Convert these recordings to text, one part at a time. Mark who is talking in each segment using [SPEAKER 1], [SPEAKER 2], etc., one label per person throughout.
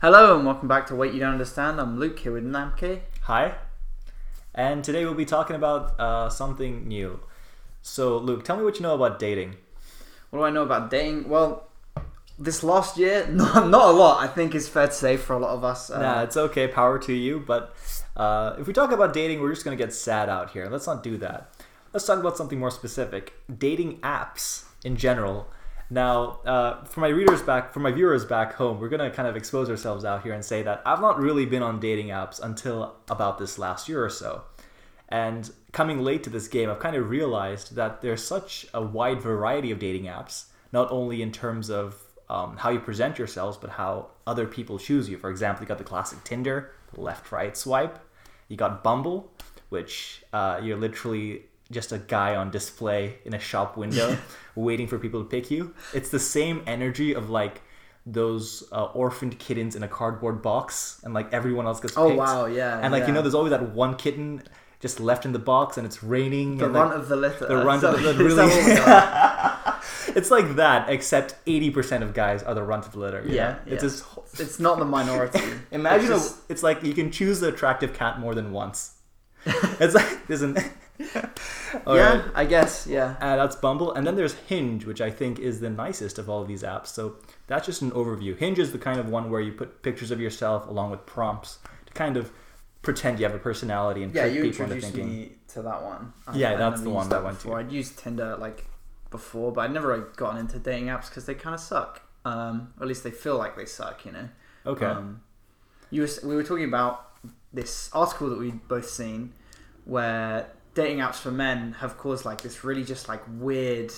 [SPEAKER 1] Hello and welcome back to Wait You Don't Understand. I'm Luke here with Namke.
[SPEAKER 2] Hi. And today we'll be talking about uh, something new. So, Luke, tell me what you know about dating.
[SPEAKER 1] What do I know about dating? Well, this last year, not, not a lot, I think is fair to say for a lot of us. Uh,
[SPEAKER 2] nah, it's okay, power to you, but uh, if we talk about dating, we're just going to get sad out here. Let's not do that. Let's talk about something more specific dating apps in general. Now, uh, for my readers back, for my viewers back home, we're gonna kind of expose ourselves out here and say that I've not really been on dating apps until about this last year or so. And coming late to this game, I've kind of realized that there's such a wide variety of dating apps, not only in terms of um, how you present yourselves, but how other people choose you. For example, you got the classic Tinder, left right swipe. You got Bumble, which uh, you're literally just a guy on display in a shop window waiting for people to pick you. It's the same energy of like those uh, orphaned kittens in a cardboard box and like everyone else gets
[SPEAKER 1] Oh,
[SPEAKER 2] picked.
[SPEAKER 1] wow, yeah,
[SPEAKER 2] And like
[SPEAKER 1] yeah.
[SPEAKER 2] you know there's always that one kitten just left in the box and it's raining
[SPEAKER 1] the
[SPEAKER 2] and
[SPEAKER 1] runt
[SPEAKER 2] like,
[SPEAKER 1] of the litter.
[SPEAKER 2] the runt of
[SPEAKER 1] Sorry,
[SPEAKER 2] the
[SPEAKER 1] is
[SPEAKER 2] really
[SPEAKER 1] that what we got?
[SPEAKER 2] It's like that except 80% of guys are the runt of the litter. you
[SPEAKER 1] Yeah,
[SPEAKER 2] know? It's
[SPEAKER 1] yeah.
[SPEAKER 2] this whole-
[SPEAKER 1] it's not the minority.
[SPEAKER 2] Imagine
[SPEAKER 1] it's
[SPEAKER 2] it's,
[SPEAKER 1] just-
[SPEAKER 2] it's like you can choose the attractive cat more than once. it's like there's an All
[SPEAKER 1] yeah,
[SPEAKER 2] right.
[SPEAKER 1] I guess, yeah.
[SPEAKER 2] Uh, that's Bumble. And then there's Hinge, which I think is the nicest of all of these apps. So that's just an overview. Hinge is the kind of one where you put pictures of yourself along with prompts to kind of pretend you have a personality and
[SPEAKER 1] Yeah,
[SPEAKER 2] trick
[SPEAKER 1] you
[SPEAKER 2] people into
[SPEAKER 1] introduced
[SPEAKER 2] thinking.
[SPEAKER 1] me to that one. I-
[SPEAKER 2] Yeah,
[SPEAKER 1] I
[SPEAKER 2] that's the
[SPEAKER 1] never
[SPEAKER 2] one
[SPEAKER 1] used
[SPEAKER 2] that I went to.
[SPEAKER 1] before. I'd used Tinder like before, but I'd never like, gotten into dating apps because they kind of suck. Um, or at least they feel like they suck, you know.
[SPEAKER 2] Okay.
[SPEAKER 1] Um, you were, we were talking about this article that we'd both seen where dating apps for men have caused like this really just like weird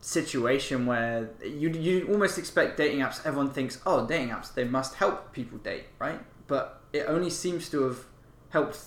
[SPEAKER 1] situation where you you almost expect dating apps everyone thinks oh dating apps they must help people date right but it only seems to have helped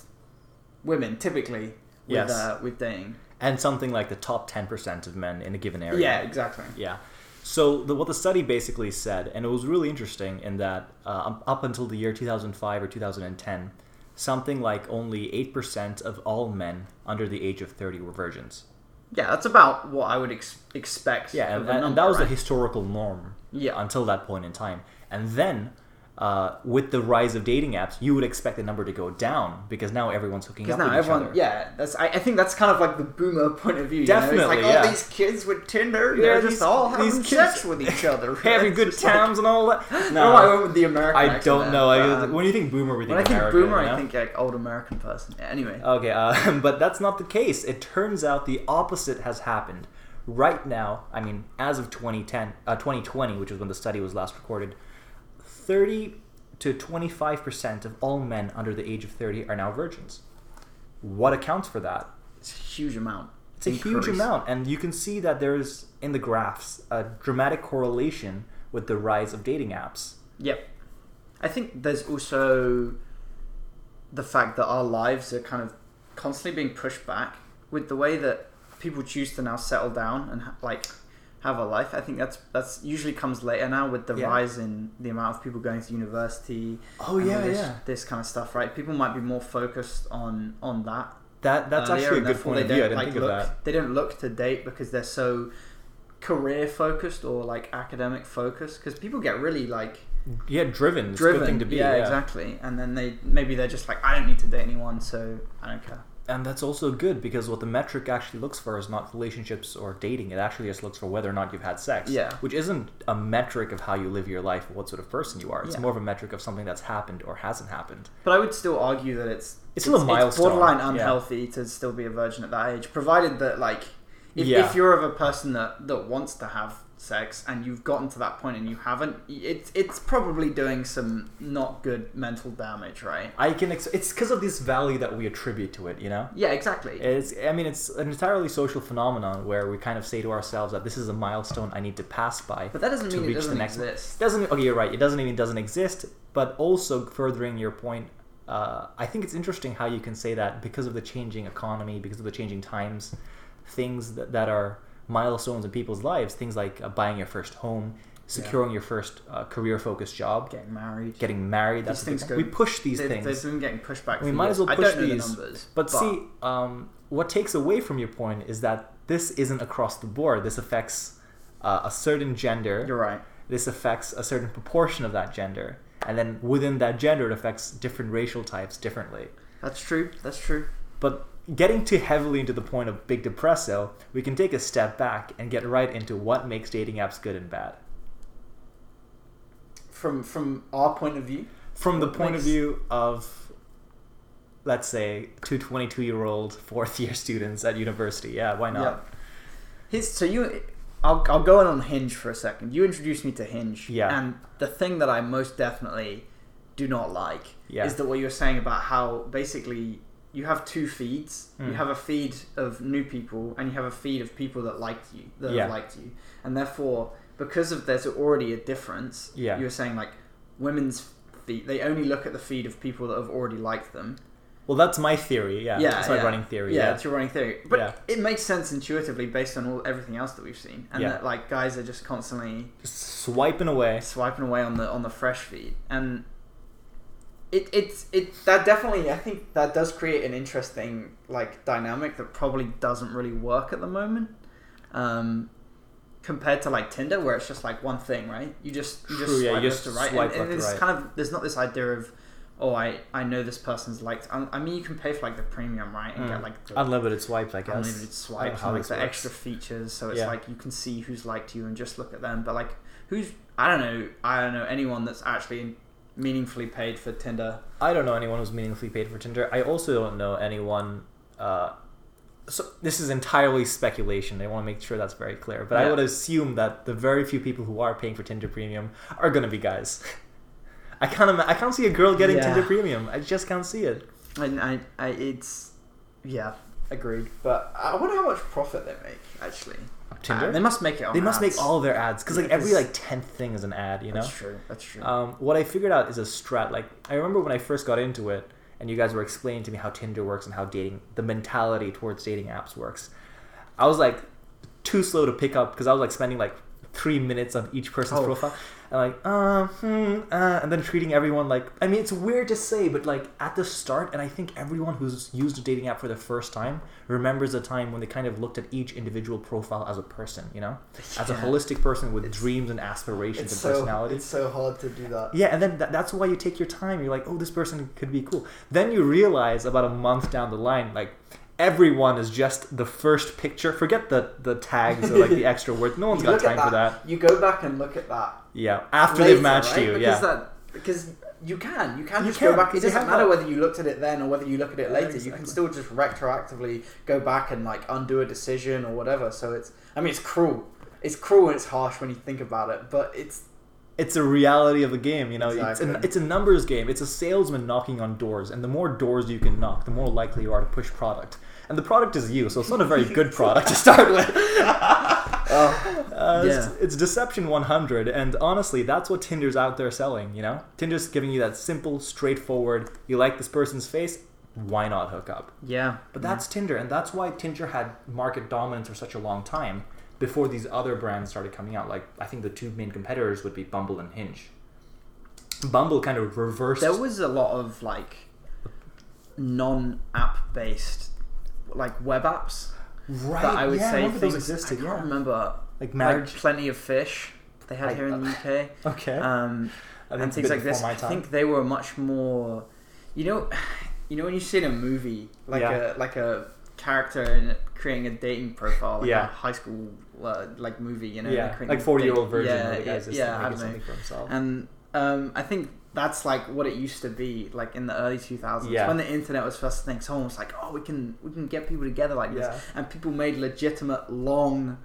[SPEAKER 1] women typically with
[SPEAKER 2] Yes.
[SPEAKER 1] uh, with dating
[SPEAKER 2] and something like the top 10% of men in a given area.
[SPEAKER 1] yeah exactly
[SPEAKER 2] Yeah. So the, what the study basically said, and it was really interesting, in that uh, up- up until the year 2005 or 2010, something like only 8% of all men under the age of 30 were virgins.
[SPEAKER 1] yeah that's about what I would ex- expect
[SPEAKER 2] Yeah,
[SPEAKER 1] of
[SPEAKER 2] and,
[SPEAKER 1] a
[SPEAKER 2] and
[SPEAKER 1] number,
[SPEAKER 2] that was
[SPEAKER 1] right?
[SPEAKER 2] the historical norm.
[SPEAKER 1] Yeah.
[SPEAKER 2] Until that point in time, and then uh, with the rise of dating apps, you would expect the number to go down because now everyone's hooking
[SPEAKER 1] Because
[SPEAKER 2] up
[SPEAKER 1] now
[SPEAKER 2] with
[SPEAKER 1] everyone,
[SPEAKER 2] each other.
[SPEAKER 1] yeah, that's I, I think that's kind of like the boomer point of view. you know?
[SPEAKER 2] Definitely,
[SPEAKER 1] it's like,
[SPEAKER 2] yeah.
[SPEAKER 1] oh, these kids with Tinder,
[SPEAKER 2] Yeah,
[SPEAKER 1] they're
[SPEAKER 2] these-
[SPEAKER 1] just all having
[SPEAKER 2] these kids-
[SPEAKER 1] sex with each other,
[SPEAKER 2] having
[SPEAKER 1] It's
[SPEAKER 2] good
[SPEAKER 1] just like-
[SPEAKER 2] times and all that.
[SPEAKER 1] I don't know why I went with the American.
[SPEAKER 2] I
[SPEAKER 1] accent
[SPEAKER 2] don't
[SPEAKER 1] there,
[SPEAKER 2] know. I,
[SPEAKER 1] but, um,
[SPEAKER 2] when you think boomer, we think
[SPEAKER 1] when I think
[SPEAKER 2] American,
[SPEAKER 1] boomer,
[SPEAKER 2] you know?
[SPEAKER 1] I think like old American person. Yeah, anyway,
[SPEAKER 2] Okay, uh, but that's not the case. It turns out the opposite has happened. Right now, I mean, as of 2010, uh, 2020, which is when the study was last recorded, 30 to 25% of all men under the age of 30 are now virgins. What accounts for that?
[SPEAKER 1] it's a huge amount.
[SPEAKER 2] It's a huge amount, and you can see that there's in the graphs a dramatic correlation with the rise of dating apps.
[SPEAKER 1] Yep. I think there's also the fact that our lives are kind of constantly being pushed back with the way that people choose to now settle down and ha- like have a life. I think that's that's usually comes later now with the
[SPEAKER 2] Yeah.
[SPEAKER 1] rise in the amount of people going to university.
[SPEAKER 2] Oh,
[SPEAKER 1] and all
[SPEAKER 2] yeah,
[SPEAKER 1] this,
[SPEAKER 2] yeah.
[SPEAKER 1] This kind of stuff, right? People might be more focused on on that.
[SPEAKER 2] That that's
[SPEAKER 1] earlier,
[SPEAKER 2] actually a
[SPEAKER 1] and
[SPEAKER 2] good
[SPEAKER 1] therefore
[SPEAKER 2] point of
[SPEAKER 1] Uh, they
[SPEAKER 2] view. I
[SPEAKER 1] don't,
[SPEAKER 2] didn't
[SPEAKER 1] like,
[SPEAKER 2] think
[SPEAKER 1] look,
[SPEAKER 2] of that.
[SPEAKER 1] They don't look to date because they're so career focused or like academic focused. Because people get really like
[SPEAKER 2] Yeah, driven. It's a
[SPEAKER 1] driven.
[SPEAKER 2] good thing to be.
[SPEAKER 1] yeah, exactly. And then they maybe they're just like, I don't need to date anyone, so I don't care.
[SPEAKER 2] And that's also good because what the metric actually looks for is not relationships or dating. It actually just looks for whether or not you've had sex.
[SPEAKER 1] Yeah.
[SPEAKER 2] Which isn't a metric of how you live your life or what sort of person you are. It's
[SPEAKER 1] Yeah.
[SPEAKER 2] more of a metric of something that's happened or hasn't happened.
[SPEAKER 1] But I would still argue that it's
[SPEAKER 2] It's still a milestone,
[SPEAKER 1] borderline
[SPEAKER 2] yeah.
[SPEAKER 1] unhealthy to still be a virgin at that age, provided that like if,
[SPEAKER 2] Yeah.
[SPEAKER 1] if you're of a person that that wants to have sex and you've gotten to that point and you haven't, it's it's probably doing some not good mental damage, right?
[SPEAKER 2] I can. Ex- it's because of this value that we attribute to it. You know.
[SPEAKER 1] Yeah, exactly.
[SPEAKER 2] It's. I mean, it's an entirely social phenomenon where we kind of say to ourselves that this is a milestone I need to pass by.
[SPEAKER 1] but that doesn't
[SPEAKER 2] to
[SPEAKER 1] mean it
[SPEAKER 2] reach the
[SPEAKER 1] doesn't
[SPEAKER 2] next one.
[SPEAKER 1] exist.
[SPEAKER 2] doesn't okay you're right it doesn't even doesn't exist but also furthering your point uh, i think it's interesting how you can say that because of the changing economy because of the changing times things that, that are milestones in people's lives things like uh, buying your first home securing your first uh, career focused job
[SPEAKER 1] Getting married,
[SPEAKER 2] getting married that's
[SPEAKER 1] These
[SPEAKER 2] the big
[SPEAKER 1] things
[SPEAKER 2] thing.
[SPEAKER 1] go-
[SPEAKER 2] we push these
[SPEAKER 1] they,
[SPEAKER 2] things
[SPEAKER 1] They've been getting pushed back.
[SPEAKER 2] we
[SPEAKER 1] for
[SPEAKER 2] might as well
[SPEAKER 1] years.
[SPEAKER 2] push
[SPEAKER 1] I don't know
[SPEAKER 2] these.
[SPEAKER 1] the numbers,
[SPEAKER 2] but, see, um, what takes away from your point is that this isn't across the board. This affects uh, a certain gender.
[SPEAKER 1] you're right.
[SPEAKER 2] this affects a certain proportion of that gender, and then within that gender, it affects different racial types differently.
[SPEAKER 1] That's true. That's true.
[SPEAKER 2] But getting too heavily into the point of Big Depresso, we can take a step back and get right into what makes dating apps good and bad.
[SPEAKER 1] From from our point of view.
[SPEAKER 2] From the
[SPEAKER 1] What
[SPEAKER 2] point of
[SPEAKER 1] makes-
[SPEAKER 2] view of, let's say, two 22 year old fourth year students at university, yeah, why not?
[SPEAKER 1] Here's, so you, I'll, I'll go in on Hinge for a second. You introduced me to Hinge,
[SPEAKER 2] Yeah.
[SPEAKER 1] And the thing that I most definitely do not like
[SPEAKER 2] Yeah.
[SPEAKER 1] is that what you were saying about how basically you have two feeds. You
[SPEAKER 2] Mm.
[SPEAKER 1] have a feed of new people, and you have a feed of people that liked you, that
[SPEAKER 2] Yeah.
[SPEAKER 1] have liked you, and therefore because of there's already a difference.
[SPEAKER 2] Yeah.
[SPEAKER 1] You were saying like women's feed, they only look at the feed of people that have already liked them.
[SPEAKER 2] Well, that's my theory, yeah.
[SPEAKER 1] Yeah,
[SPEAKER 2] that's my
[SPEAKER 1] yeah.
[SPEAKER 2] running theory,
[SPEAKER 1] Yeah,
[SPEAKER 2] yeah.
[SPEAKER 1] it's your running theory, but
[SPEAKER 2] Yeah.
[SPEAKER 1] it makes sense intuitively based on all everything else that we've seen, and
[SPEAKER 2] Yeah.
[SPEAKER 1] that like guys are just constantly
[SPEAKER 2] Just swiping away.
[SPEAKER 1] swiping away on the on the fresh feed, and it it's it that definitely I think that does create an interesting like dynamic that probably doesn't really work at the moment, um, compared to like Tinder where it's just like one thing, right? You just you just
[SPEAKER 2] True, yeah,
[SPEAKER 1] swipe
[SPEAKER 2] you
[SPEAKER 1] left
[SPEAKER 2] just
[SPEAKER 1] to right,
[SPEAKER 2] swipe
[SPEAKER 1] and,
[SPEAKER 2] left
[SPEAKER 1] and
[SPEAKER 2] to
[SPEAKER 1] it's
[SPEAKER 2] right.
[SPEAKER 1] kind of there's not this idea of. Oh, I, I know this person's liked. I I mean, you can pay for like the premium, right, and
[SPEAKER 2] Mm.
[SPEAKER 1] get like the,
[SPEAKER 2] Unlimited swipes, I guess.
[SPEAKER 1] unlimited
[SPEAKER 2] I don't know
[SPEAKER 1] swipes
[SPEAKER 2] how
[SPEAKER 1] and like
[SPEAKER 2] this
[SPEAKER 1] the
[SPEAKER 2] works.
[SPEAKER 1] extra features so it's
[SPEAKER 2] Yeah.
[SPEAKER 1] like you can see who's liked you and just look at them but like who's i don't know i don't know anyone that's actually meaningfully paid for tinder
[SPEAKER 2] I don't know anyone who's meaningfully paid for Tinder. I also don't know anyone. Uh, so this is entirely speculation. I want to make sure that's very clear. But I
[SPEAKER 1] Yeah.
[SPEAKER 2] would assume that the very few people who are paying for Tinder Premium are going to be guys. I can't. Ima- I can't see a girl getting
[SPEAKER 1] Yeah.
[SPEAKER 2] Tinder Premium. I just can't see it.
[SPEAKER 1] and i, I it's yeah agreed but i wonder how much profit they make actually
[SPEAKER 2] Tinder.
[SPEAKER 1] Uh, they must make it on
[SPEAKER 2] They must make
[SPEAKER 1] ads.
[SPEAKER 2] all their ads because like
[SPEAKER 1] Yeah,
[SPEAKER 2] every
[SPEAKER 1] 'cause-
[SPEAKER 2] like tenth thing is an ad. You know.
[SPEAKER 1] that's true that's true
[SPEAKER 2] Um, what I figured out is a strat. Like I remember when I first got into it, and you guys were explaining to me how Tinder works and how dating, the mentality towards dating apps works. I was like too slow to pick up because I was like spending like three minutes on each person's
[SPEAKER 1] Oh.
[SPEAKER 2] profile, and like uh, hmm, uh, and then treating everyone like. I mean, it's weird to say, but like at the start, and I think everyone who's used a dating app for the first time remembers a time when they kind of looked at each individual profile as a person, you know, as a
[SPEAKER 1] Yeah.
[SPEAKER 2] holistic person with
[SPEAKER 1] It's-
[SPEAKER 2] dreams and aspirations and personality.
[SPEAKER 1] so hard to do that
[SPEAKER 2] Yeah, and then th- that's why you take your time. You're like, oh, this person could be cool. Then you realize about a month down the line, like everyone is just the first picture. Forget the the tags or like the extra words. No one's got time for that.
[SPEAKER 1] you go back and look at that
[SPEAKER 2] Yeah, after
[SPEAKER 1] later,
[SPEAKER 2] they've matched
[SPEAKER 1] right?
[SPEAKER 2] you.
[SPEAKER 1] because
[SPEAKER 2] yeah,
[SPEAKER 1] that, because you can you can
[SPEAKER 2] You
[SPEAKER 1] just
[SPEAKER 2] can,
[SPEAKER 1] go back. It
[SPEAKER 2] because you
[SPEAKER 1] doesn't
[SPEAKER 2] have
[SPEAKER 1] matter
[SPEAKER 2] that-
[SPEAKER 1] whether you looked at it then or whether you look at it
[SPEAKER 2] Yeah,
[SPEAKER 1] later. You
[SPEAKER 2] exactly.
[SPEAKER 1] can still just retroactively go back and like undo a decision or whatever. So it's I mean it's cruel. It's cruel and it's harsh when you think about it, but it's
[SPEAKER 2] it's a reality of the game. You know, it's a,
[SPEAKER 1] Exactly.
[SPEAKER 2] it's a numbers game. It's a salesman knocking on doors, and the more doors you can knock, the more likely you are to push product. And the product is you, so it's not a very good product to start with. Uh, it's,
[SPEAKER 1] Yeah.
[SPEAKER 2] it's Deception 100, and honestly, that's what Tinder's out there selling, you know? Tinder's giving you that simple, straightforward, you like this person's face, why not hook up?
[SPEAKER 1] yeah.
[SPEAKER 2] But that's
[SPEAKER 1] Mm-hmm.
[SPEAKER 2] Tinder, and that's why Tinder had market dominance for such a long time before these other brands started coming out. Like, I think the two main competitors would be Bumble and Hinge. Bumble kind of reversed.
[SPEAKER 1] there was a lot of like non-app based like web apps
[SPEAKER 2] right,
[SPEAKER 1] that I would
[SPEAKER 2] yeah,
[SPEAKER 1] say
[SPEAKER 2] none of
[SPEAKER 1] things
[SPEAKER 2] those existed,
[SPEAKER 1] I can't
[SPEAKER 2] yeah.
[SPEAKER 1] remember
[SPEAKER 2] Like marriage.
[SPEAKER 1] like plenty of fish they had
[SPEAKER 2] Like,
[SPEAKER 1] here in the UK.
[SPEAKER 2] okay.
[SPEAKER 1] um,
[SPEAKER 2] I think
[SPEAKER 1] and
[SPEAKER 2] it's a
[SPEAKER 1] things
[SPEAKER 2] bit
[SPEAKER 1] like this.
[SPEAKER 2] before my
[SPEAKER 1] I
[SPEAKER 2] time.
[SPEAKER 1] think they were much more, you know, you know when you see in a movie like
[SPEAKER 2] Yeah.
[SPEAKER 1] a like a character in creating a dating profile, like
[SPEAKER 2] Yeah.
[SPEAKER 1] a high school uh, like movie, you know, they're
[SPEAKER 2] yeah,
[SPEAKER 1] creating
[SPEAKER 2] like
[SPEAKER 1] a
[SPEAKER 2] 40 year old
[SPEAKER 1] date-
[SPEAKER 2] version
[SPEAKER 1] yeah,
[SPEAKER 2] where the guy's
[SPEAKER 1] yeah,
[SPEAKER 2] just
[SPEAKER 1] yeah, I
[SPEAKER 2] making
[SPEAKER 1] don't know.
[SPEAKER 2] something for himself.
[SPEAKER 1] And um, I think that's like what it used to be, like in the early 2000s
[SPEAKER 2] Yeah.
[SPEAKER 1] when the internet was first a thing. Someone was like, "Oh, we can we can get people together like this,"
[SPEAKER 2] Yeah.
[SPEAKER 1] and people made legitimate long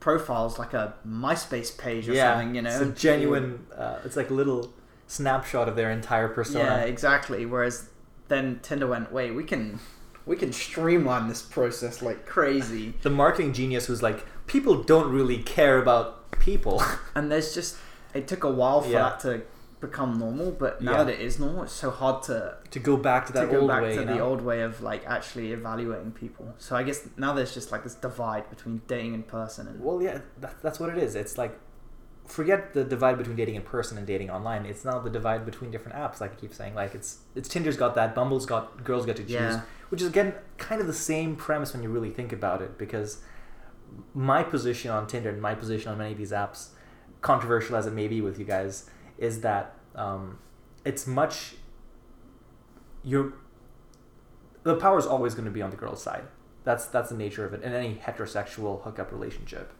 [SPEAKER 1] profiles, like a MySpace page or something. You know,
[SPEAKER 2] it's a
[SPEAKER 1] and people-
[SPEAKER 2] genuine. Uh, it's like a little snapshot of their entire
[SPEAKER 1] Yeah,
[SPEAKER 2] persona.
[SPEAKER 1] exactly. Whereas then Tinder went, "Wait, we can we can streamline this process like crazy."
[SPEAKER 2] The marketing genius who's like, people don't really care about people.
[SPEAKER 1] And there's just it took a while for
[SPEAKER 2] Yeah.
[SPEAKER 1] that to become normal, but now
[SPEAKER 2] Yeah.
[SPEAKER 1] that it is normal, it's so hard to
[SPEAKER 2] to go back to
[SPEAKER 1] to
[SPEAKER 2] that
[SPEAKER 1] go
[SPEAKER 2] old
[SPEAKER 1] back
[SPEAKER 2] way.
[SPEAKER 1] to
[SPEAKER 2] you
[SPEAKER 1] the
[SPEAKER 2] know?
[SPEAKER 1] old way of like actually evaluating people. So I guess now there's just like this divide between dating in person and
[SPEAKER 2] Well, yeah, that, that's what it is. It's like, forget the divide between dating in person and dating online. It's now the divide between different apps. Like I keep saying, like it's it's Tinder's got that, Bumble's got girls got to choose,
[SPEAKER 1] Yeah.
[SPEAKER 2] which is again kind of the same premise when you really think about it. Because my position on Tinder and my position on many of these apps controversial as it may be with you guys, is that um, it's much. Your the power is always going to be on the girl's side. That's that's the nature of it in any heterosexual hookup relationship.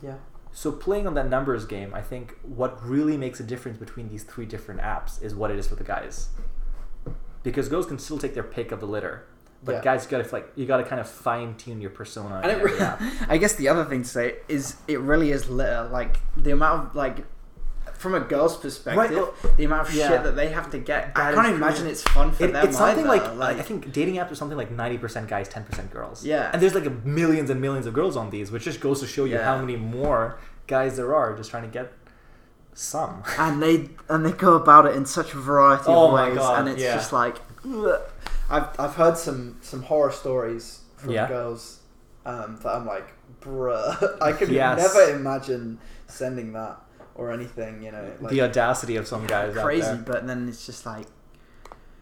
[SPEAKER 1] Yeah.
[SPEAKER 2] So playing on that numbers game, I think what really makes a difference between these three different apps is what it is for the guys. Because girls can still take their pick of the litter, but
[SPEAKER 1] Yeah.
[SPEAKER 2] guys, you gotta like you gotta kind of fine tune your persona.
[SPEAKER 1] I,
[SPEAKER 2] in
[SPEAKER 1] don't
[SPEAKER 2] every
[SPEAKER 1] really-
[SPEAKER 2] app.
[SPEAKER 1] I guess the other thing to say is it really is litter. Like the amount of like from a girl's perspective, the amount of
[SPEAKER 2] yeah.
[SPEAKER 1] shit that they have to get. I
[SPEAKER 2] That
[SPEAKER 1] can't
[SPEAKER 2] is
[SPEAKER 1] imagine
[SPEAKER 2] true.
[SPEAKER 1] it's fun for
[SPEAKER 2] It-
[SPEAKER 1] them.
[SPEAKER 2] it's something
[SPEAKER 1] either.
[SPEAKER 2] like, I think dating apps are something like ninety percent guys, ten percent girls.
[SPEAKER 1] Yeah.
[SPEAKER 2] and there's like millions and millions of girls on these, which just goes to show you
[SPEAKER 1] Yeah.
[SPEAKER 2] how many more guys there are just trying to get some.
[SPEAKER 1] and they and they go about it in such a variety
[SPEAKER 2] Oh
[SPEAKER 1] of
[SPEAKER 2] my
[SPEAKER 1] ways,
[SPEAKER 2] God,
[SPEAKER 1] and it's
[SPEAKER 2] yeah.
[SPEAKER 1] just like ugh. I've I've heard some some horror stories from
[SPEAKER 2] Yeah.
[SPEAKER 1] girls um, that I'm like, bruh, I could
[SPEAKER 2] Yes.
[SPEAKER 1] never imagine sending that or anything, you know, like
[SPEAKER 2] the audacity of some guys. out
[SPEAKER 1] crazy.
[SPEAKER 2] there.
[SPEAKER 1] But then it's just like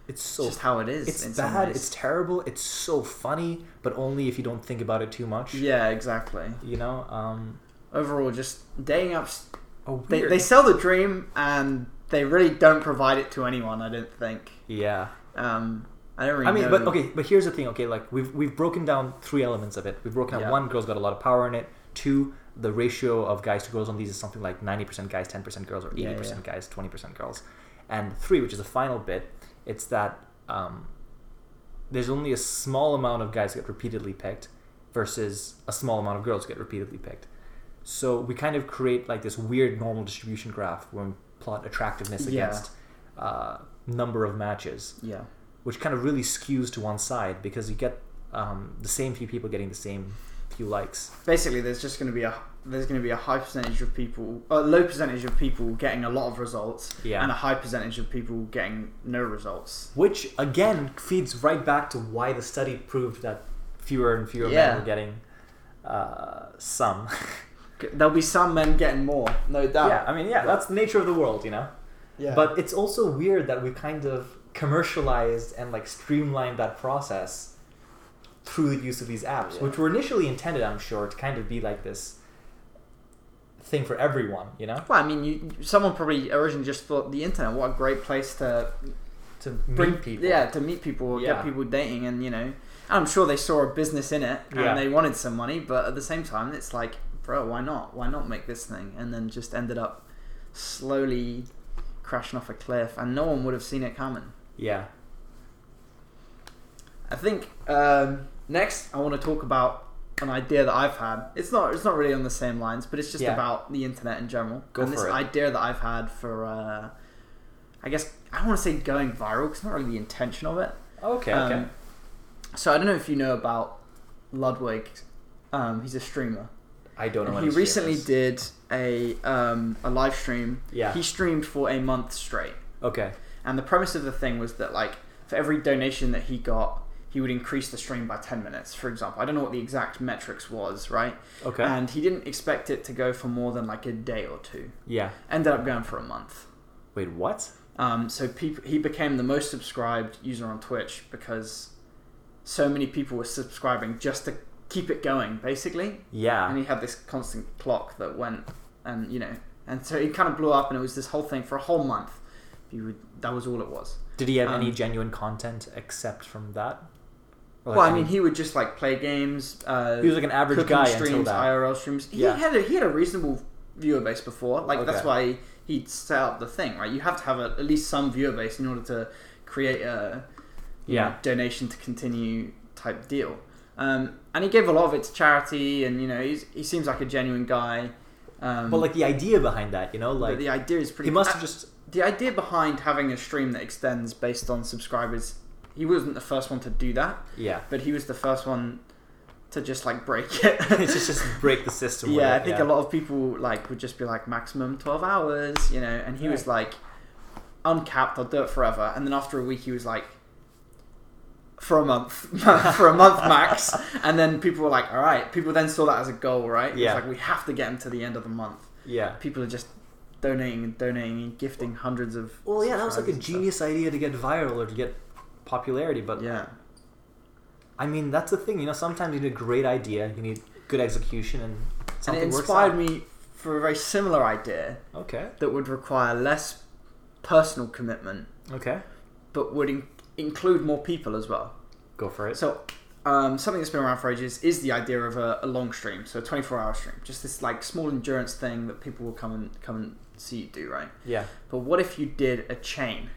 [SPEAKER 2] It's
[SPEAKER 1] it's
[SPEAKER 2] so
[SPEAKER 1] just how it is.
[SPEAKER 2] it's
[SPEAKER 1] in some
[SPEAKER 2] bad.
[SPEAKER 1] ways.
[SPEAKER 2] It's terrible. It's so funny, but only if you don't think about it too much.
[SPEAKER 1] yeah, exactly.
[SPEAKER 2] You know. Um.
[SPEAKER 1] Overall, just dating apps.
[SPEAKER 2] Oh,
[SPEAKER 1] They,
[SPEAKER 2] weird.
[SPEAKER 1] they sell the dream, and they really don't provide it to anyone. I don't think.
[SPEAKER 2] yeah.
[SPEAKER 1] Um, I don't really.
[SPEAKER 2] I mean,
[SPEAKER 1] know.
[SPEAKER 2] but okay, but here's the thing. Okay, like we've we've broken down three elements of it. We've broken down
[SPEAKER 1] Yeah.
[SPEAKER 2] one, girls got a lot of power in it. Two, the ratio of guys to girls on these is something like ninety percent guys, ten percent girls, or eighty
[SPEAKER 1] Yeah, yeah.
[SPEAKER 2] percent guys, twenty percent girls. And three, which is the final bit, it's that um, there's only a small amount of guys get repeatedly picked versus a small amount of girls get repeatedly picked. So we kind of create like this weird normal distribution graph when we plot attractiveness
[SPEAKER 1] Yeah.
[SPEAKER 2] against uh, number of matches
[SPEAKER 1] Yeah.
[SPEAKER 2] which kind of really skews to one side because you get um, the same few people getting the same few likes.
[SPEAKER 1] basically there's just going to be a there's going to be a high percentage of people a low percentage of people getting a lot of results
[SPEAKER 2] Yeah.
[SPEAKER 1] and a high percentage of people getting no results
[SPEAKER 2] Which again feeds right back to why the study proved that fewer and fewer
[SPEAKER 1] Yeah.
[SPEAKER 2] men were getting uh, some.
[SPEAKER 1] G- there'll be some men getting more no doubt
[SPEAKER 2] yeah, I mean, yeah, that's the nature of the world, you know.
[SPEAKER 1] yeah
[SPEAKER 2] But it's also weird that we kind of commercialized and like streamlined that process through the use of these apps,
[SPEAKER 1] Yeah.
[SPEAKER 2] which were initially intended, I'm sure, to kind of be like this thing for everyone, you know,
[SPEAKER 1] well, I mean, you, someone probably originally just thought the internet. What a great place to
[SPEAKER 2] to
[SPEAKER 1] bring
[SPEAKER 2] bring people.
[SPEAKER 1] yeah, to meet people, or
[SPEAKER 2] Yeah.
[SPEAKER 1] get people dating, and you know, I'm sure they saw a business in it and
[SPEAKER 2] Yeah.
[SPEAKER 1] they wanted some money, but at the same time, it's like, bro, why not? Why not make this thing? And then just ended up slowly crashing off a cliff, and no one would have seen it coming.
[SPEAKER 2] Yeah.
[SPEAKER 1] I think um, next I want to talk about an idea that I've had. It's not it's not really on the same lines, but it's just
[SPEAKER 2] Yeah.
[SPEAKER 1] about the internet in general.
[SPEAKER 2] Go
[SPEAKER 1] and
[SPEAKER 2] for
[SPEAKER 1] this
[SPEAKER 2] it.
[SPEAKER 1] idea that I've had for uh, I guess I don't want to say going viral 'cause it's not really the intention of it.
[SPEAKER 2] Okay.
[SPEAKER 1] Um,
[SPEAKER 2] okay.
[SPEAKER 1] So I don't know if you know about Ludwig. Um, he's a streamer.
[SPEAKER 2] I don't know.
[SPEAKER 1] And
[SPEAKER 2] what
[SPEAKER 1] he
[SPEAKER 2] his name
[SPEAKER 1] recently
[SPEAKER 2] is.
[SPEAKER 1] did a um, a live stream.
[SPEAKER 2] Yeah.
[SPEAKER 1] He streamed for a month straight,
[SPEAKER 2] Okay.
[SPEAKER 1] and the premise of the thing was that like for every donation that he got, he would increase the stream by ten minutes, for example. I don't know what the exact metrics was, right?
[SPEAKER 2] Okay.
[SPEAKER 1] And he didn't expect it to go for more than like a day or two.
[SPEAKER 2] yeah.
[SPEAKER 1] Ended up going for a month.
[SPEAKER 2] Wait. What?
[SPEAKER 1] Um, so peop he became the most subscribed user on Twitch because so many people were subscribing just to keep it going, basically. And
[SPEAKER 2] Yeah.
[SPEAKER 1] he had this constant clock that went, and you know, and so he kind of blew up, and it was this whole thing for a whole month. He would, that was all it was.
[SPEAKER 2] Did he have any
[SPEAKER 1] um,
[SPEAKER 2] genuine content except from that? Or, like,
[SPEAKER 1] well, I
[SPEAKER 2] any-
[SPEAKER 1] mean, he would just like play games. Uh,
[SPEAKER 2] he was like an average
[SPEAKER 1] cooking
[SPEAKER 2] guy
[SPEAKER 1] streams,
[SPEAKER 2] until that.
[SPEAKER 1] IRL streams. He
[SPEAKER 2] Yeah.
[SPEAKER 1] had a, he had a reasonable viewer base before. Like that's
[SPEAKER 2] Okay.
[SPEAKER 1] why he set up the thing, right? You have to have a, at least some viewer base in order to create a you
[SPEAKER 2] Yeah.
[SPEAKER 1] know, donation to continue type deal. Um, and he gave a lot of it to charity, and you know he's, he seems like a genuine guy. Um,
[SPEAKER 2] But like the idea behind that, you know,
[SPEAKER 1] but
[SPEAKER 2] like
[SPEAKER 1] the idea is pretty.
[SPEAKER 2] he must have just
[SPEAKER 1] the idea behind having a stream that extends based on subscribers. He wasn't the first one to do that,
[SPEAKER 2] yeah.
[SPEAKER 1] but he was the first one to just like break it.
[SPEAKER 2] it's just just break the system. with
[SPEAKER 1] Yeah, I
[SPEAKER 2] it,
[SPEAKER 1] think a lot of people like would just be like maximum twelve hours, you know. And he was like, uncapped, I'll do it forever. And then after a week, he was like, for a month, for a month max. And then people were like, all right. People then saw that as a goal, right? It was
[SPEAKER 2] Yeah.
[SPEAKER 1] like we have to get him to the end of the month.
[SPEAKER 2] Yeah.
[SPEAKER 1] People are just donating and donating and gifting hundreds of.
[SPEAKER 2] Well, yeah, that was like a
[SPEAKER 1] subscribers
[SPEAKER 2] genius idea to get viral or to get popularity, but
[SPEAKER 1] and stuff. Yeah.
[SPEAKER 2] I mean that's the thing, you know. Sometimes you need a great idea, you need good execution, and
[SPEAKER 1] and
[SPEAKER 2] something
[SPEAKER 1] it
[SPEAKER 2] works
[SPEAKER 1] inspired
[SPEAKER 2] out.
[SPEAKER 1] me for a very similar idea
[SPEAKER 2] Okay.
[SPEAKER 1] that would require less personal commitment,
[SPEAKER 2] Okay.
[SPEAKER 1] but would in- include more people as well.
[SPEAKER 2] Go for it.
[SPEAKER 1] So, um, something that's been around for ages is the idea of a, a long stream, so a 24-hour stream, just this like small endurance thing that people will come and come and see you do, right?
[SPEAKER 2] yeah.
[SPEAKER 1] But what if you did a chain?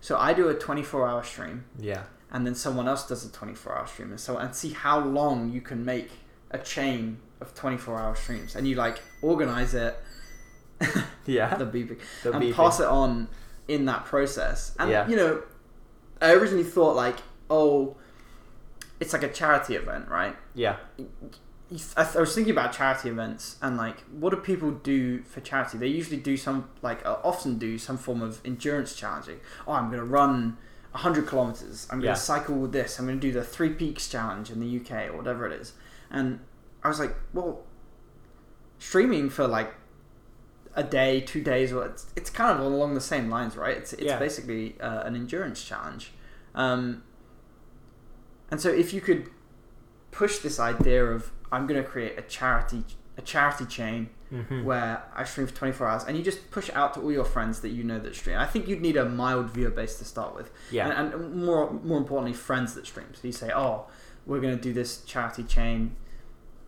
[SPEAKER 1] So I do a 24-hour stream,
[SPEAKER 2] Yeah.
[SPEAKER 1] and then someone else does a 24-hour stream, and so and see how long you can make a chain of 24-hour streams, and you like organize it.
[SPEAKER 2] Yeah.
[SPEAKER 1] the beeping
[SPEAKER 2] The
[SPEAKER 1] and
[SPEAKER 2] beeping.
[SPEAKER 1] pass it on in that process. And
[SPEAKER 2] Yeah.
[SPEAKER 1] you know, I originally thought like, oh, it's like a charity event, right?
[SPEAKER 2] yeah.
[SPEAKER 1] You- I I was thinking about charity events and like, what do people do for charity? They usually do some like, uh, often do some form of endurance challenging. Oh, I'm gonna run. 100 kilometers. I'm going
[SPEAKER 2] Yeah.
[SPEAKER 1] to cycle this. I'm going to do the Three Peaks Challenge in the UK or whatever it is. And I was like, well, streaming for like a day, two days, or it's, it's kind of along the same lines, right? It's, it's
[SPEAKER 2] Yeah.
[SPEAKER 1] basically uh, an endurance challenge. Um, and so if you could push this idea of I'm going to create a charity a charity chain
[SPEAKER 2] Mhm.
[SPEAKER 1] where I stream for 24 hours and you just push it out to all your friends that you know that stream. I think you'd need a mild viewer base to start with.
[SPEAKER 2] Yeah.
[SPEAKER 1] And, and more more importantly friends that stream. So you say, "Oh, we're going to do this charity chain.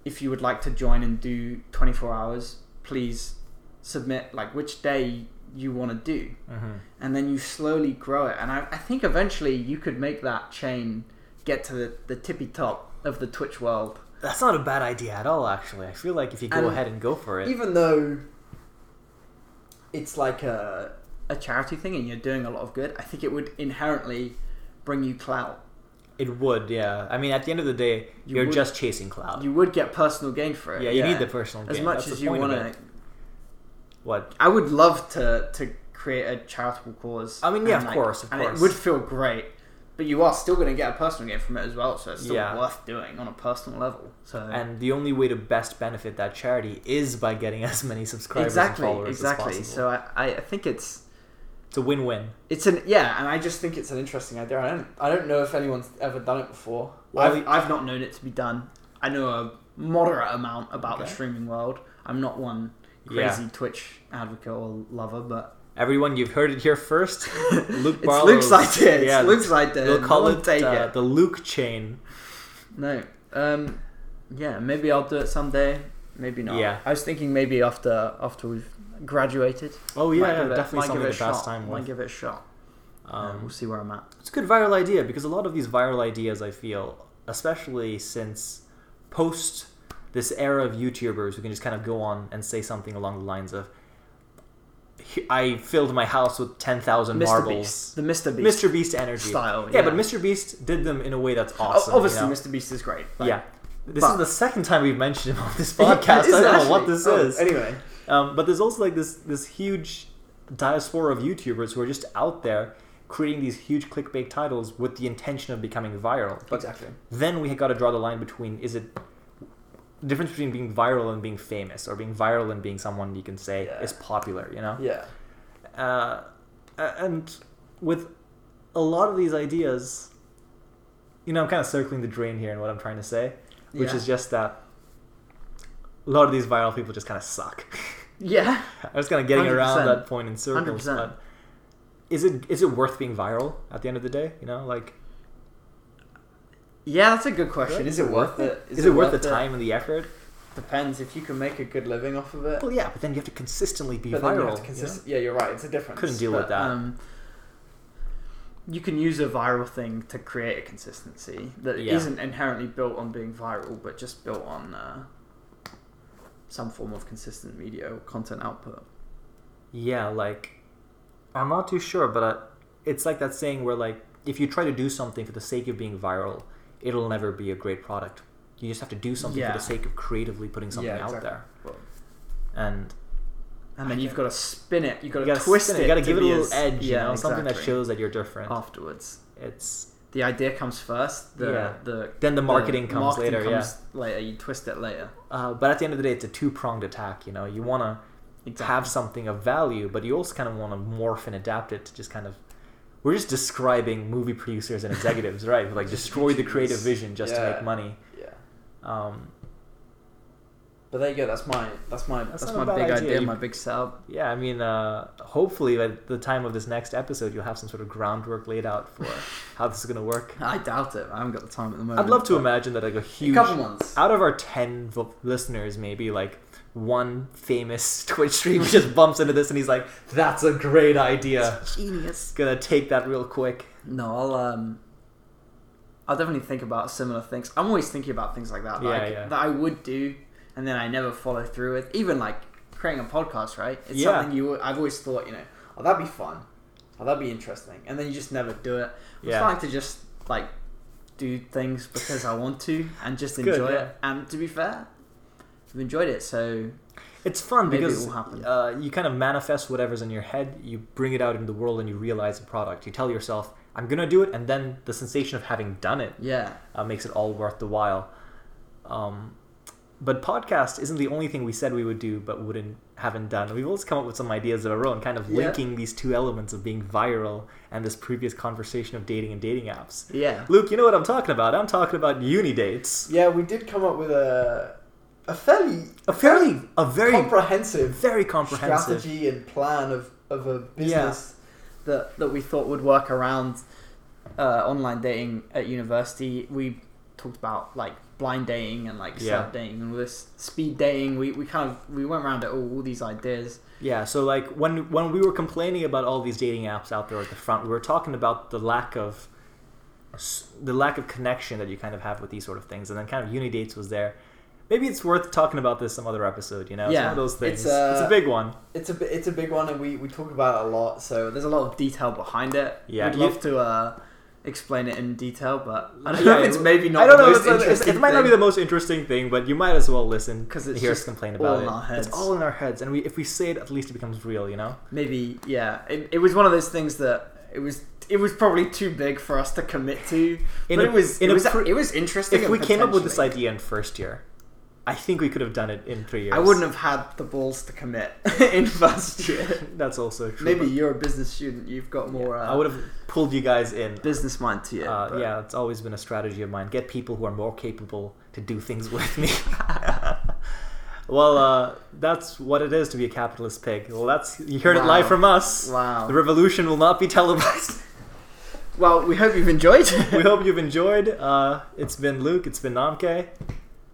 [SPEAKER 1] If you would like to join and do 24 hours, please submit like which day you want to do."
[SPEAKER 2] hmm
[SPEAKER 1] and then you slowly grow it. And I, I think eventually you could make that chain get to the, the tippy top of the Twitch world.
[SPEAKER 2] That's not a bad idea at all, actually. I feel like if you go
[SPEAKER 1] And
[SPEAKER 2] ahead and go for it.
[SPEAKER 1] Even though it's like a, a charity thing and you're doing a lot of good, I think it would inherently bring you clout.
[SPEAKER 2] It would, yeah. I mean, at the end of the day,
[SPEAKER 1] You
[SPEAKER 2] you are
[SPEAKER 1] would-
[SPEAKER 2] just chasing cloud.
[SPEAKER 1] You would get personal gain for it.
[SPEAKER 2] yeah, you need the personal
[SPEAKER 1] As
[SPEAKER 2] gain.
[SPEAKER 1] much
[SPEAKER 2] That's
[SPEAKER 1] as
[SPEAKER 2] the
[SPEAKER 1] you
[SPEAKER 2] point of
[SPEAKER 1] want
[SPEAKER 2] it.
[SPEAKER 1] to.
[SPEAKER 2] What?
[SPEAKER 1] I would love to, to create a charitable cause.
[SPEAKER 2] I mean, yeah,
[SPEAKER 1] and,
[SPEAKER 2] of course, of
[SPEAKER 1] and
[SPEAKER 2] course.
[SPEAKER 1] it would feel great. But you are still going to get a personal gain from it as well, so it's still
[SPEAKER 2] Yeah.
[SPEAKER 1] worth doing on a personal level. So
[SPEAKER 2] And the only way to best benefit that charity is by getting as many subscribers
[SPEAKER 1] exactly
[SPEAKER 2] and followers
[SPEAKER 1] exactly
[SPEAKER 2] as possible.
[SPEAKER 1] so I, I I think it's
[SPEAKER 2] it's a win-win.
[SPEAKER 1] it's an yeah and i just think it's an interesting idea i don't i don't know if anyone's ever done it before
[SPEAKER 2] Well,
[SPEAKER 1] I've, I've not known it to be done i know a moderate amount about the
[SPEAKER 2] Okay.
[SPEAKER 1] streaming world i'm not one
[SPEAKER 2] Yeah.
[SPEAKER 1] crazy twitch advocate or lover but
[SPEAKER 2] Everyone, you've heard it here first. Luke
[SPEAKER 1] it's
[SPEAKER 2] Barlow's.
[SPEAKER 1] luke's idea it's
[SPEAKER 2] yeah,
[SPEAKER 1] luke's idea
[SPEAKER 2] They'll call
[SPEAKER 1] no one
[SPEAKER 2] it
[SPEAKER 1] take
[SPEAKER 2] uh, the Luke chain.
[SPEAKER 1] it no um yeah maybe i'll do it someday maybe not
[SPEAKER 2] Yeah.
[SPEAKER 1] i was thinking maybe after after we've graduated
[SPEAKER 2] Oh
[SPEAKER 1] Might
[SPEAKER 2] yeah,
[SPEAKER 1] give
[SPEAKER 2] yeah,
[SPEAKER 1] it-
[SPEAKER 2] definitely
[SPEAKER 1] might give
[SPEAKER 2] something
[SPEAKER 1] it
[SPEAKER 2] to
[SPEAKER 1] a
[SPEAKER 2] pass
[SPEAKER 1] shot.
[SPEAKER 2] time
[SPEAKER 1] might
[SPEAKER 2] with.
[SPEAKER 1] give it a shot um,
[SPEAKER 2] Um,
[SPEAKER 1] we'll see where i'm at
[SPEAKER 2] It's a good viral idea because a lot of these viral ideas, I feel, especially since post this era of YouTubers who can just kind of go on and say something along the lines of, "He- I filled my house with 10,000
[SPEAKER 1] Mr.
[SPEAKER 2] marbles.
[SPEAKER 1] Beast. The Mr. Beast.
[SPEAKER 2] Mr. Beast energy.
[SPEAKER 1] Style,
[SPEAKER 2] Yeah,
[SPEAKER 1] yeah.
[SPEAKER 2] but Mr. Beast did them in a way that's
[SPEAKER 1] O-
[SPEAKER 2] awesome.
[SPEAKER 1] Obviously,
[SPEAKER 2] you know?
[SPEAKER 1] Mr. Beast is great. but-
[SPEAKER 2] yeah. This
[SPEAKER 1] but-
[SPEAKER 2] is the second time we've mentioned him on this
[SPEAKER 1] It
[SPEAKER 2] podcast. I
[SPEAKER 1] is
[SPEAKER 2] don't know
[SPEAKER 1] actually-
[SPEAKER 2] what this
[SPEAKER 1] oh,
[SPEAKER 2] is.
[SPEAKER 1] Anyway,
[SPEAKER 2] Um, but there's also like this this huge diaspora of YouTubers who are just out there creating these huge clickbait titles with the intention of becoming viral. But
[SPEAKER 1] exactly.
[SPEAKER 2] then we got to draw the line between is it the difference between being viral and being famous, or being viral and being someone you can say
[SPEAKER 1] Yeah.
[SPEAKER 2] is popular. You know
[SPEAKER 1] Yeah.
[SPEAKER 2] uh, and with a lot of these ideas, you know, I'm kind of circling the drain here in what I'm trying to say, which
[SPEAKER 1] Yeah.
[SPEAKER 2] is just that a lot of these viral people just kind of suck.
[SPEAKER 1] Yeah.
[SPEAKER 2] I was kind of getting around
[SPEAKER 1] 100%.
[SPEAKER 2] that point in circles.
[SPEAKER 1] 100%.
[SPEAKER 2] But is it is it worth being viral at the end of the day? You know, like
[SPEAKER 1] Yeah, that's a good question. Is it worth it?
[SPEAKER 2] Is, it worth the time and the effort?
[SPEAKER 1] Depends. If you can make a good living off of it,
[SPEAKER 2] Well, yeah, but then you have to consistently be
[SPEAKER 1] but
[SPEAKER 2] viral.
[SPEAKER 1] then you have to
[SPEAKER 2] you know?
[SPEAKER 1] consist- Yeah, you're right. It's a difference.
[SPEAKER 2] Couldn't deal with
[SPEAKER 1] But,
[SPEAKER 2] that.
[SPEAKER 1] Um, you can use a viral thing to create a consistency that
[SPEAKER 2] Yeah.
[SPEAKER 1] not inherently built on being viral, but just built on uh, some form of consistent media or content output.
[SPEAKER 2] Yeah, like I'm not too sure, but uh it's like that saying where like if you try to do something for the sake of being viral, it'll never be a great product. You just have to do something
[SPEAKER 1] Yeah.
[SPEAKER 2] for the sake of creatively putting something out there. And
[SPEAKER 1] and then you've got to spin it. You've got
[SPEAKER 2] you
[SPEAKER 1] to
[SPEAKER 2] gotta
[SPEAKER 1] twist
[SPEAKER 2] spin
[SPEAKER 1] it.
[SPEAKER 2] You gotta
[SPEAKER 1] to
[SPEAKER 2] give it a
[SPEAKER 1] be
[SPEAKER 2] little
[SPEAKER 1] as-
[SPEAKER 2] edge, you
[SPEAKER 1] yeah,
[SPEAKER 2] know, something that
[SPEAKER 1] exactly.
[SPEAKER 2] shows that you're different.
[SPEAKER 1] afterwards.
[SPEAKER 2] It's
[SPEAKER 1] The idea comes first. The
[SPEAKER 2] Yeah.
[SPEAKER 1] the
[SPEAKER 2] then the marketing
[SPEAKER 1] the
[SPEAKER 2] comes
[SPEAKER 1] marketing
[SPEAKER 2] later.
[SPEAKER 1] comes later. You twist it later.
[SPEAKER 2] yeah, uh, but at the end of the day, it's a two-pronged attack. You know, you wanna have something of value, but you also kind of want to morph and adapt it to just kind of. We're just describing movie producers and executives, right? Who like destroy the creative vision just to
[SPEAKER 1] Yeah.
[SPEAKER 2] make money.
[SPEAKER 1] Yeah.
[SPEAKER 2] Um,
[SPEAKER 1] But there you go. That's my that's my
[SPEAKER 2] That's
[SPEAKER 1] that's, my
[SPEAKER 2] not a bad
[SPEAKER 1] big
[SPEAKER 2] idea.
[SPEAKER 1] idea,
[SPEAKER 2] You-
[SPEAKER 1] my big setup.
[SPEAKER 2] Yeah, I mean, uh, hopefully by the time of this next episode, you'll have some sort of groundwork laid out for how this is going to work.
[SPEAKER 1] I doubt it. I haven't got the time at the moment.
[SPEAKER 2] I'd love to
[SPEAKER 1] but-
[SPEAKER 2] imagine that like a
[SPEAKER 1] A
[SPEAKER 2] huge
[SPEAKER 1] couple months.
[SPEAKER 2] out of our 10 v- listeners maybe like one famous twitch streamer just bumps into this and he's like that's a great idea
[SPEAKER 1] Genius.
[SPEAKER 2] gonna take that real quick
[SPEAKER 1] No, I'll um, I'll definitely think about similar things. I'm always thinking about things like that,
[SPEAKER 2] Yeah,
[SPEAKER 1] like
[SPEAKER 2] yeah.
[SPEAKER 1] that I would do, and then I never follow through with. Even like creating a podcast, right? It's
[SPEAKER 2] Yeah.
[SPEAKER 1] something you. I've always thought, you know, oh, that'd be fun, oh, that'd be interesting, and then you just never do it.
[SPEAKER 2] Yeah.
[SPEAKER 1] I like to just like do things because I want to and just
[SPEAKER 2] Good,
[SPEAKER 1] enjoy
[SPEAKER 2] yeah.
[SPEAKER 1] it. And to be fair, I've enjoyed it. So
[SPEAKER 2] it's fun
[SPEAKER 1] Maybe it
[SPEAKER 2] because
[SPEAKER 1] will happen.
[SPEAKER 2] uh, you kind of manifest whatever's in your head you bring it out into the world and you realize the product you tell yourself i'm gonna do it and then the sensation of having done it
[SPEAKER 1] yeah,
[SPEAKER 2] uh, makes it all worth the while um, but podcast isn't the only thing we said we would do but wouldn't haven't done we've also come up with some ideas of our own kind of
[SPEAKER 1] Yeah.
[SPEAKER 2] linking these two elements of being viral and this previous conversation of dating and dating apps
[SPEAKER 1] yeah,
[SPEAKER 2] luke you know what i'm talking about i'm talking about uni dates
[SPEAKER 3] Yeah, we did come up with a a fairly
[SPEAKER 2] a fairly a very
[SPEAKER 3] comprehensive,
[SPEAKER 2] very comprehensive
[SPEAKER 3] strategy and plan of, of a business.
[SPEAKER 1] that that we thought would work around uh, online dating at university. We talked about like blind dating and like
[SPEAKER 2] Yeah.
[SPEAKER 1] self dating and all this speed dating. We, we kind of we went around at all, all these ideas.
[SPEAKER 2] Yeah, so like when when we were complaining about all these dating apps out there at the front, we were talking about the lack of s- the lack of connection that you kind of have with these sort of things, and then kind of Unidates was there. Maybe it's worth talking about this some other episode. You know, it's
[SPEAKER 1] Yeah,
[SPEAKER 2] one of those things.
[SPEAKER 3] it's, uh,
[SPEAKER 2] it's a big one.
[SPEAKER 3] It's a bi- it's a big one, and we, we talk about it a lot. So
[SPEAKER 1] There's a lot of detail behind it.
[SPEAKER 2] Yeah,
[SPEAKER 1] we'd
[SPEAKER 2] you-
[SPEAKER 1] love to uh, explain it in detail, but I don't
[SPEAKER 2] Yeah,
[SPEAKER 1] know if it's
[SPEAKER 2] it-
[SPEAKER 1] maybe not.
[SPEAKER 2] I don't
[SPEAKER 1] the
[SPEAKER 2] know.
[SPEAKER 1] Most
[SPEAKER 2] it's- it's-
[SPEAKER 1] interesting
[SPEAKER 2] it might not be
[SPEAKER 1] thing.
[SPEAKER 2] the most interesting thing, but you might as well listen
[SPEAKER 1] 'Cause
[SPEAKER 2] to
[SPEAKER 1] it's
[SPEAKER 2] hear us
[SPEAKER 1] just
[SPEAKER 2] complain
[SPEAKER 1] all
[SPEAKER 2] about
[SPEAKER 1] in
[SPEAKER 2] it.
[SPEAKER 1] our heads.
[SPEAKER 2] It's all in our heads, and we if we say it, at least it becomes real. You know.
[SPEAKER 1] maybe yeah. It, it was one of those things that it was. It was probably too big for us to commit to,
[SPEAKER 2] In
[SPEAKER 1] but
[SPEAKER 2] a-
[SPEAKER 1] it was
[SPEAKER 2] in
[SPEAKER 1] it
[SPEAKER 2] a
[SPEAKER 1] was,
[SPEAKER 2] pre-
[SPEAKER 1] it was interesting.
[SPEAKER 2] If
[SPEAKER 1] and
[SPEAKER 2] we came up with this
[SPEAKER 1] potentially-
[SPEAKER 2] idea in first year, I think we could have done it in three years.
[SPEAKER 1] I wouldn't have had the balls to commit in first year.
[SPEAKER 2] That's also true.
[SPEAKER 1] Maybe
[SPEAKER 2] but-
[SPEAKER 1] you're a business student. You've got more.
[SPEAKER 2] Yeah,
[SPEAKER 1] uh,
[SPEAKER 2] I would have pulled you guys in.
[SPEAKER 1] business mind to you.
[SPEAKER 2] uh,
[SPEAKER 1] but-
[SPEAKER 2] yeah, it's always been a strategy of mine. Get people who are more capable to do things with me. well, uh, that's what it is to be a capitalist pig. Well, that's you heard it
[SPEAKER 1] Wow.
[SPEAKER 2] live from us. The
[SPEAKER 1] Wow.
[SPEAKER 2] revolution will not be televised.
[SPEAKER 1] Well, we hope you've enjoyed.
[SPEAKER 2] we hope you've enjoyed. Uh, it's been Luke. It's been Namke.